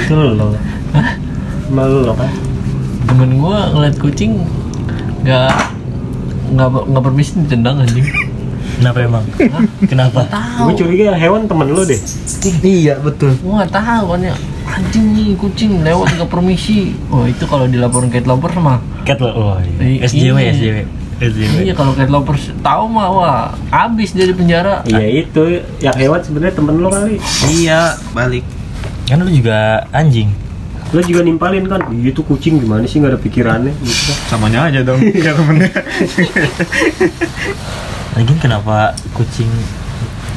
Itu lo. Malu lo kan? temen gua ngeliat kucing nggak nggak nggak permisi ditendang anjing Kenapa emang? Kenapa? tahu Gue Oh. curiga hewan temen lo deh. iya betul. gua nggak tahu kan ya anjing nih kucing lewat nggak permisi oh itu kalau dilaporin ke lovers mah Cat lo, oh, I- Eh, iya. SJW, iya. SJW, SJW. iya kalau cat lovers tahu mah wah abis dia di penjara Iya itu, yang hewan sebenarnya temen lo kali. Iya, balik. Kan lu juga anjing. Lo juga nimpalin kan? Iya itu kucing gimana sih nggak ada pikirannya gitu kan. Samanya aja dong, kayak temennya. Lagian kenapa kucing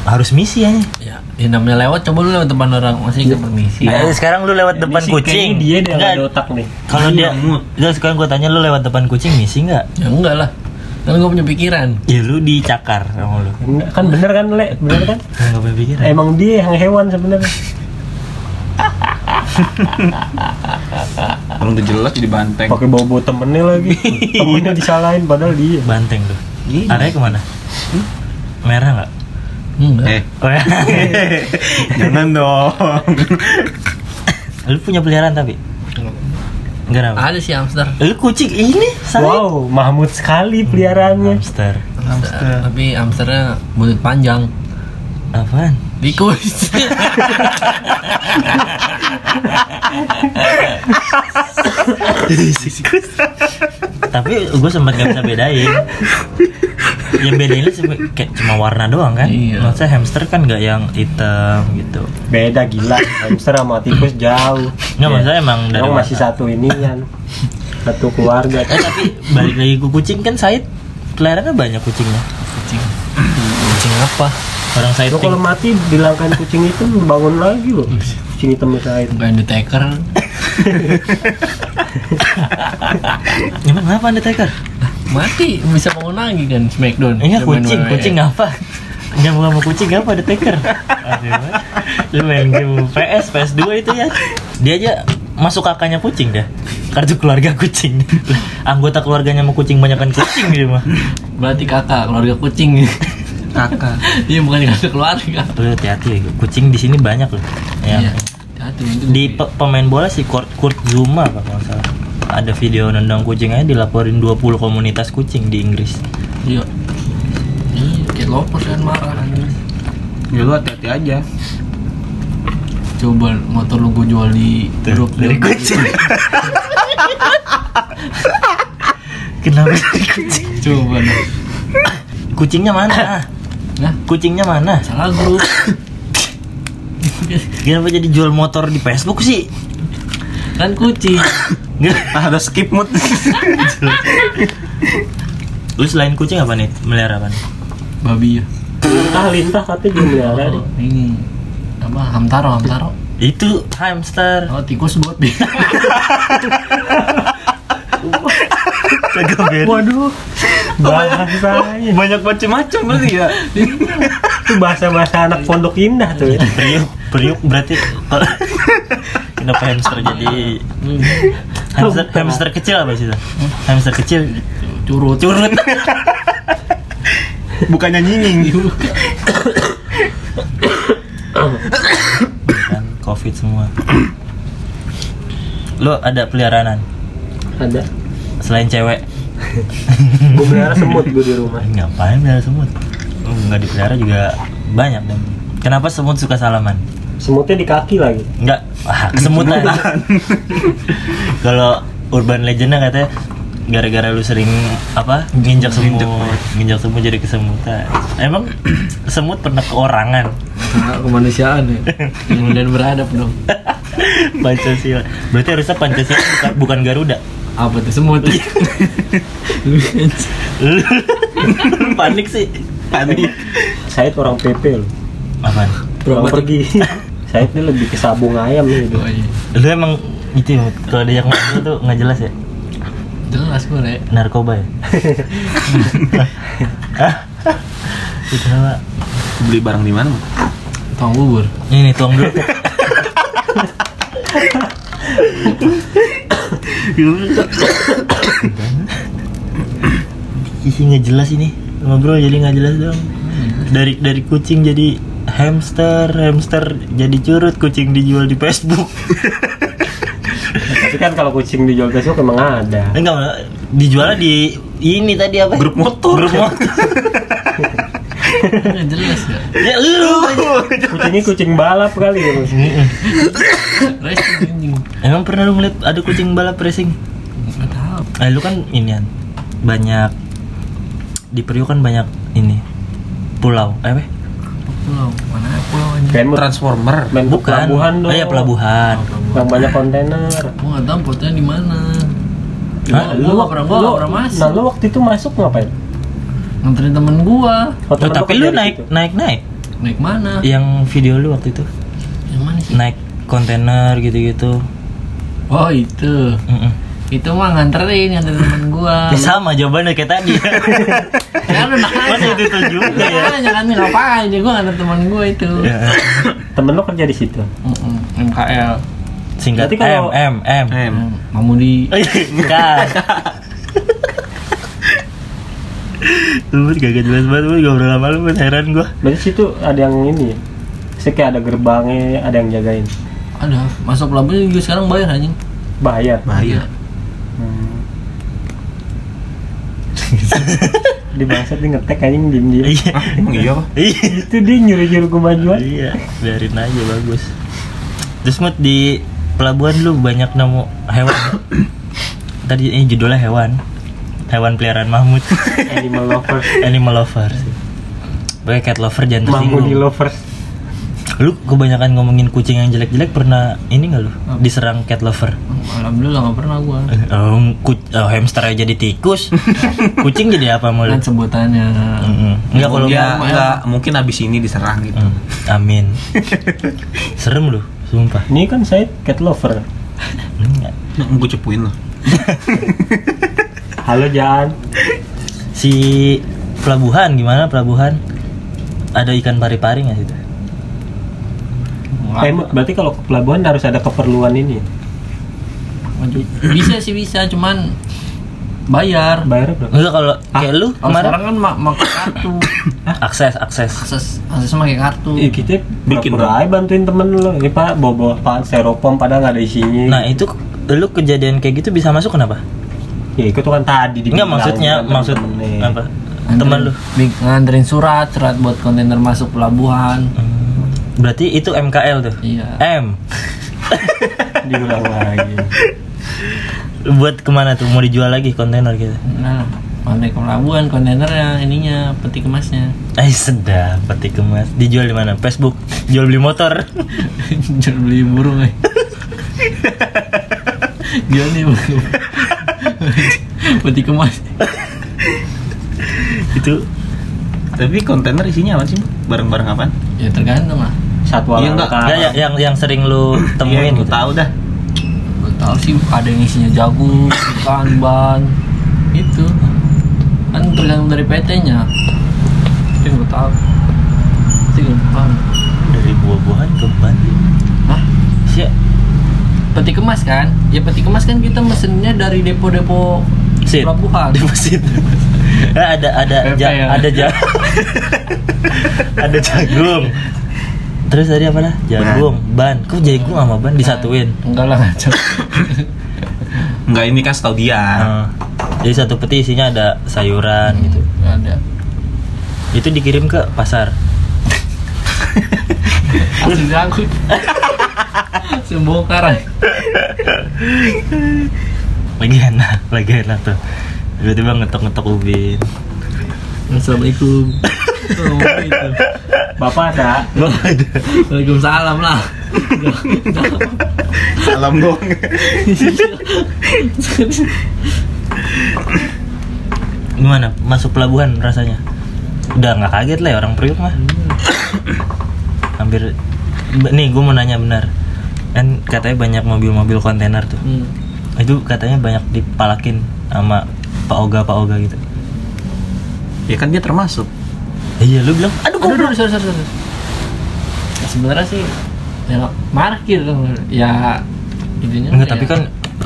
harus misi ya? ya, ya namanya lewat coba lu lewat depan orang masih nggak permisi Iya. Eh, sekarang lu lewat depan Ini sih kucing. kayaknya Dia deh yang Nggak, ada otak nih. Kalau dia, Iya, Mut. Udah, sekarang gua tanya lu lewat depan kucing misi nggak? ya enggak lah kan gua punya pikiran Ya lu dicakar sama lu. Enggak, kan bener kan le bener kan Enggak berpikir. ya? emang dia yang hewan sebenarnya Orang udah jelas jadi banteng. Oh. pakai bawa bawa temennya lagi temennya disalahin padahal dia Banteng lu. Iya. Hm? Arahnya kemana? Merah nggak? enggak Eh, Oh, ya. jangan dong. lu punya peliharaan tapi? Enggak apa. ada sih hamster Lu kucing ini saya wow Mahmud sekali peliharaannya hamster. Hamster. tapi hamsternya buntut panjang Apaan? tikus Tapi gue sempat gak bisa bedain. yang bedain lu sebe- kayak cuma warna doang kan? Iya. Maksudnya hamster kan nggak yang hitam gitu. beda gila hamster sama tikus jauh Nggak maksudnya emang dari yang masih warna. satu ini kan satu keluarga Eh tapi balik lagi ke kucing kan Said peliharaannya banyak kucingnya. kucing kucing apa Orang Said lo kalau pink. mati bilangkan kucing itu bangun lagi loh kucing hitam itu air bukan deteker Emang kenapa anda teker? mati bisa bangun lagi kan smackdown Iya Zaman kucing, WWE. kucing apa? Yang sama kucing apa ada teker? Aduh, lu main game PS, PS2 itu ya. Dia aja masuk kakaknya kucing dah. Kartu keluarga kucing. Anggota keluarganya mau kucing banyakkan kucing gitu, dia mah. berarti kakak keluarga kucing Kakak. iya bukan kakak keluarga Lu hati-hati ya, kucing di sini banyak loh. Ya. iya Hati, itu Di pe- pemain bola si Kurt, Kurt Zuma kalau nggak salah. Ada video nendang kucing aja dilaporin 20 komunitas kucing di Inggris. iya iya kayak loper kan marah anjing. Ya lu hati-hati aja. coba motor lu gue jual di grup dari dia. kucing. Kenapa dari kucing? coba dong Kucingnya mana? nah Kucingnya mana? salah grup Kenapa jadi jual motor di Facebook sih? kan kucing Nggak. Ah, udah skip mood. Lu selain kucing apa nih? Melihara apa nih? babi ya lintah lintah katanya juga melihara oh, ini apa hamtaro hamtaro Itu hamster. oh tikus buat dia Kagak beda. waduh bahasanya Banyak macam-macam berarti ya. itu bahasa bahasa anak pondok indah tuh ya Periuk, periuk berarti kalau- kenapa hamster jadi hamster hamster kecil apa sih? Tan? Hamster kecil curut curut. Bukannya nyinging. kan covid semua. Lu ada peliharanan ada selain cewek? gue melihara semut gue di rumah Eh, Ngapain pelihara semut? Lu Nggak dipelihara juga banyak dong. Kenapa semut suka salaman? semutnya di kaki lagi Enggak, ah, kesemutan. Kalau urban legendnya katanya gara-gara lu sering apa nginjak semut, nginjak semut jadi kesemutan. Emang semut pernah keorangan Nah, kemanusiaan ya kemudian beradab dong Pancasila. Berarti harusnya Pancasila bukan, bukan Garuda. apa tuh semut Lu Panik sih. Panik. Said orang PP loh Apaan? Orang pergi Said ini lebih ke sabung ayam nih Oh, hidupnya. iya. Lu emang itu ya, kalau ada yang ngomong tuh nggak jelas ya jelas gue re narkoba ya. Hah? Itu apa? Beli barang di mana? Bang? tong bubur Ini tuang dulu. Isi nggak jelas ini ngobrol jadi nggak jelas dong. Dari dari kucing jadi hamster, hamster jadi curut, kucing dijual di Facebook. Tapi kan kalau kucing dijual ke suka emang ada. Enggak, Mbak. dijualnya di ini tadi apa? Grup motor. Grup motor. Nggak jelas ya. ya lu. Kucingnya kucing balap kali ya. Mas. Racing anjing. Emang pernah lu ngeliat ada kucing balap racing? Nggak tahu. Eh lu kan inian banyak di Priuk kan banyak ini pulau eh apa? Pulau mana ya pulau anjing? Kayak mau Transformer. main ke pelabuhan dong. Oh iya pelabuhan. Yang banyak kontainer. Gua nggak tahu portnya di mana. Hah? Gua gua nggak pernah gua nggak pernah Nah masuk. lu waktu itu masuk ngapain? Nganterin temen gua Waktu Loh, Oh, tapi kerja lu di naik situ. naik naik naik mana? yang video lu waktu itu Yang mana sih? naik kontainer gitu-gitu. Oh itu. Mm-mm. Itu mah nganterin nganterin temen gua. Ya sama jawabannya kayak tadi. Kan enak Masa aja. itu tuh juga ya. Nanya kan ngapain dia gua nganter temen gua itu. Ya, Temen lu kerja di situ. Mm-mm, MKL. Berarti Singkat kalau- M M M. Eh, Em. Mm. Mamudi. Bukan. Lu Bud, gak jelas banget, gue ngobrol sama lu, Bud. heran gue Berarti situ ada yang ini. ya? Terus kayak ada gerbangnya, ada yang jagain. Ada masuk pelabuhan juga sekarang bayar anjing. Bahaya. Bahaya. Hmm. di bangsat dia ngetek anjing diem diem. Iya, Hah, emang iya apa? iya itu dia nyuruh nyuruh gue majuan. Iya, biarin aja bagus. Terus Mut di pelabuhan lu banyak nemu hewan. Tadi ini judulnya hewan. Hewan peliharaan Mahmud. Animal lovers. Animal lover. Sebagai cat lover jangan Mamuni tersinggung. lovers. Lu kebanyakan ngomongin kucing yang jelek-jelek pernah ini nggak lu? Apa? Diserang cat lover. Iya. Alhamdulillah nggak pernah gua. Eh, Oh, ku- oh, hamster aja jadi tikus. kucing jadi Kan apa mulu? sebutannya. Enggak Iya, kalau ya, mau- enggak mungkin abis ini diserang gitu. Mm, Amin. Serem lu, sumpah. Ini kan saya cat lover. Enggak. Nah, gue cepuin loh. Halo Jan. si pelabuhan gimana pelabuhan ada ikan pari-pari nggak situ Eh, Mut, berarti kalau ke pelabuhan harus ada keperluan ini. Bisa sih bisa, cuman bayar. Bayarnya berapa? enggak kalau Ah, kayak oh, lu Kalau kemarin sekarang kan mak mak kartu. akses akses Akses akses pakai kartu. Iya kita Bikin bikin pura aja bantuin temen lo. Ini pak bawa bawa pak seropom padahal nggak ada isinya. nah itu lu kejadian kayak gitu bisa masuk kenapa ya itu tuh kan tadi di. enggak maksudnya maksud apa Nganterin- teman lu bi- nganterin surat, surat buat kontainer masuk pelabuhan. Hmm, berarti itu MKL tuh Iya. M Diulang lagi. buat kemana tuh mau dijual lagi kontainer gitu Nah, kontainer ke pelabuhan, kontainernya, ininya, peti kemasnya. eh sedap peti kemas dijual di mana Facebook jual beli motor Jangan beli burung eh. Gila nih burung. Peti kemas. itu Tapi kontainer isinya apa sih? Bu? Barang-barang apaan? Ya tergantung lah. Satwa Iya, enggak. langka. ya, ya, yang yang sering lu Iya, temuin gua gitu tahu dah. Gue tahu sih ada yang isinya jagung, ikan, ban, itu. Kan tergantung dari PT-nya. Itu yang gue tahu. Itu yang gue paham. dari buah-buahan ke ban Hah? Sia- Peti kemas kan? Ya peti kemas kan kita mesennya dari depo-depo Sip. pelabuhan. deposit Eh, ada ada PP ja- ya. ada ja- ada jagung terus tadi apa lah jagung ban kok jagung sama ban disatuin Enggak lah ngaco. Enggak ini kan tau dia. Eh, jadi satu peti isinya ada sayuran gitu Enggak ada. itu dikirim ke pasar Langsung diangkut. Langsung bongkar. eh." ay. lagi enak lagi enak tuh tiba-tiba ngetok-ngetok ubin Assalamualaikum. Oh, itu. Bapak ada. Waalaikumsalam lah. Salam dong. gimana masuk pelabuhan rasanya udah nggak kaget lah ya orang Priuk mah Hmm. hampir Ba- nih gue mau nanya benar kan katanya banyak mobil-mobil kontainer tuh Hmm. itu katanya banyak dipalakin sama Pak Oga Pak Oga gitu ya kan dia termasuk. iya lu bilang Aduh, aduh, aduh, sorry, sorry, sorry. Ya, sebenarnya sih ya markir ya intinya enggak ya. tapi kan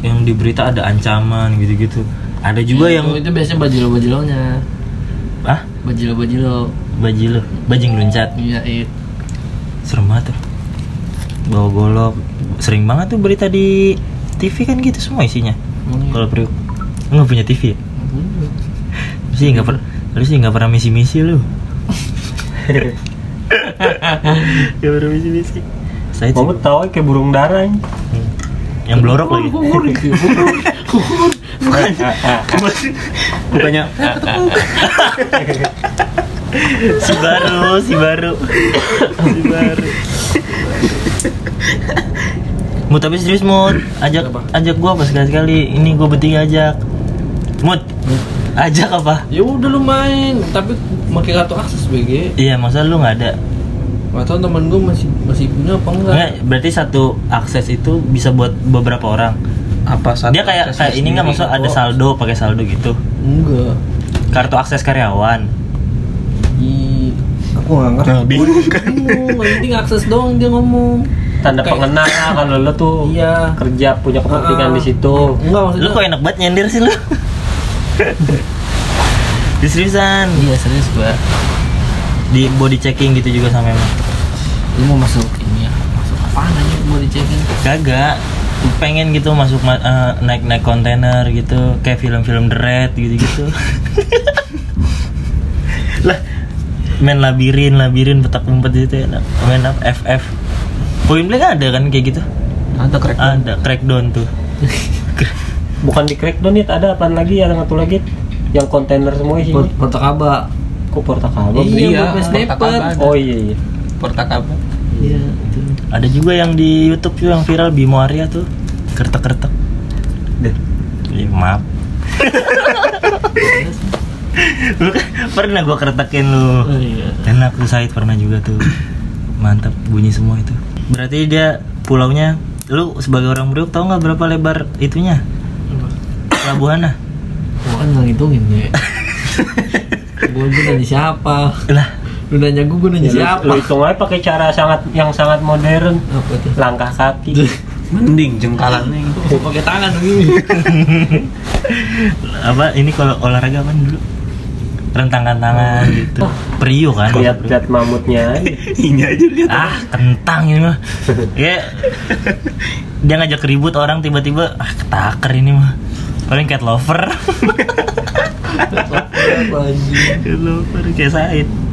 yang di berita ada ancaman gitu-gitu ada juga Itu- yang Iya, itu biasanya bajilo-bajilonya. ah Bajilo-bajilo. baji lu bajing luncat Iya, itu. serem banget tuh bawa golok sering banget tuh berita di TV kan gitu semua isinya. Emang Kalau periuk nggak punya TV ya? Iya. Lu sih nggak pernah, lu sih nggak pernah misi-misi lu. Nggak pernah misi-misi. Saya sih. Kamu eh, tahu kayak burung darah ini. Hmm. Yang blorok lagi. Bukannya si baru, si baru. si baru. Mut tapi serius Mut, ajak Apa? ajak gua apa sekali-sekali. Ini gua bertiga ajak. Mut, ajak apa? Ya udah lu main, tapi pakai kartu akses BG. Iya, masa lu nggak ada? Gak tau temen gue masih masih punya apa enggak. Nggak, berarti satu akses itu bisa buat beberapa orang. apa satu gitu. Dia kayak kayak ini nggak maksud ada saldo, pakai saldo gitu. Enggak. Kartu akses karyawan. Di aku nggak ngerti. Nah, bingung kan. Bingung, yang penting akses doang dia ngomong. tanda Kayak- pengenal lah kalau lo tuh Iya. kerja punya kepentingan Ah. di situ Enggak maksudnya. Lu kok enak banget nyender sih lu? Di seriusan, Iya serius gua. di body checking gitu juga sama emang. Lu mau masuk ini ya? Masuk apaan aja gua dicekin? Kagak Lu pengen gitu masuk ma- eh, naik-naik kontainer gitu kayak film-film The Red gitu-gitu. lah main labirin, labirin petak umpet gitu enak. Main apa? FF. Point Blank ada kan kayak gitu? ada krek Ada Crackdown tuh. bukan di crackdown nih ada apaan lagi yang satu lagi yang kontainer semua isinya Portakaba. kok portakabel Iya, iya, buat Portakaba sniper. ada. oh iya iya pertakapan Iya, itu. Ada juga yang di YouTube tuh yang viral Bimo Arya tuh. Kertek-kertek. Deh. Ih, maaf. Lu kan pernah gua kertekin lu. Oh, iya. Enak tuh Said pernah juga tuh. Mantap bunyi semua itu. Berarti dia pulaunya lu sebagai orang Priuk tahu nggak berapa lebar itunya? Iya. Pelabuhannya? Gua kan nggak ngitungin ya. gua gua nanya siapa? Lah, Lu nanya gua, gua nanya Ya, siapa? lo, lo hitung aja pakai cara sangat yang sangat modern Apa tuh? langkah kaki mending jengkalannya gitu Gua pakai tangan begini. apa ini kalau olahraga apa dulu? Rentangkan tangan gitu. Priuk kan? lihat lihat mamutnya aja. ini aja lihat ah kentang ini mah ya dia ngajak ribut orang tiba-tiba ah ketaker ini mah paling cat lover Apa anjing? cat lover kayak Said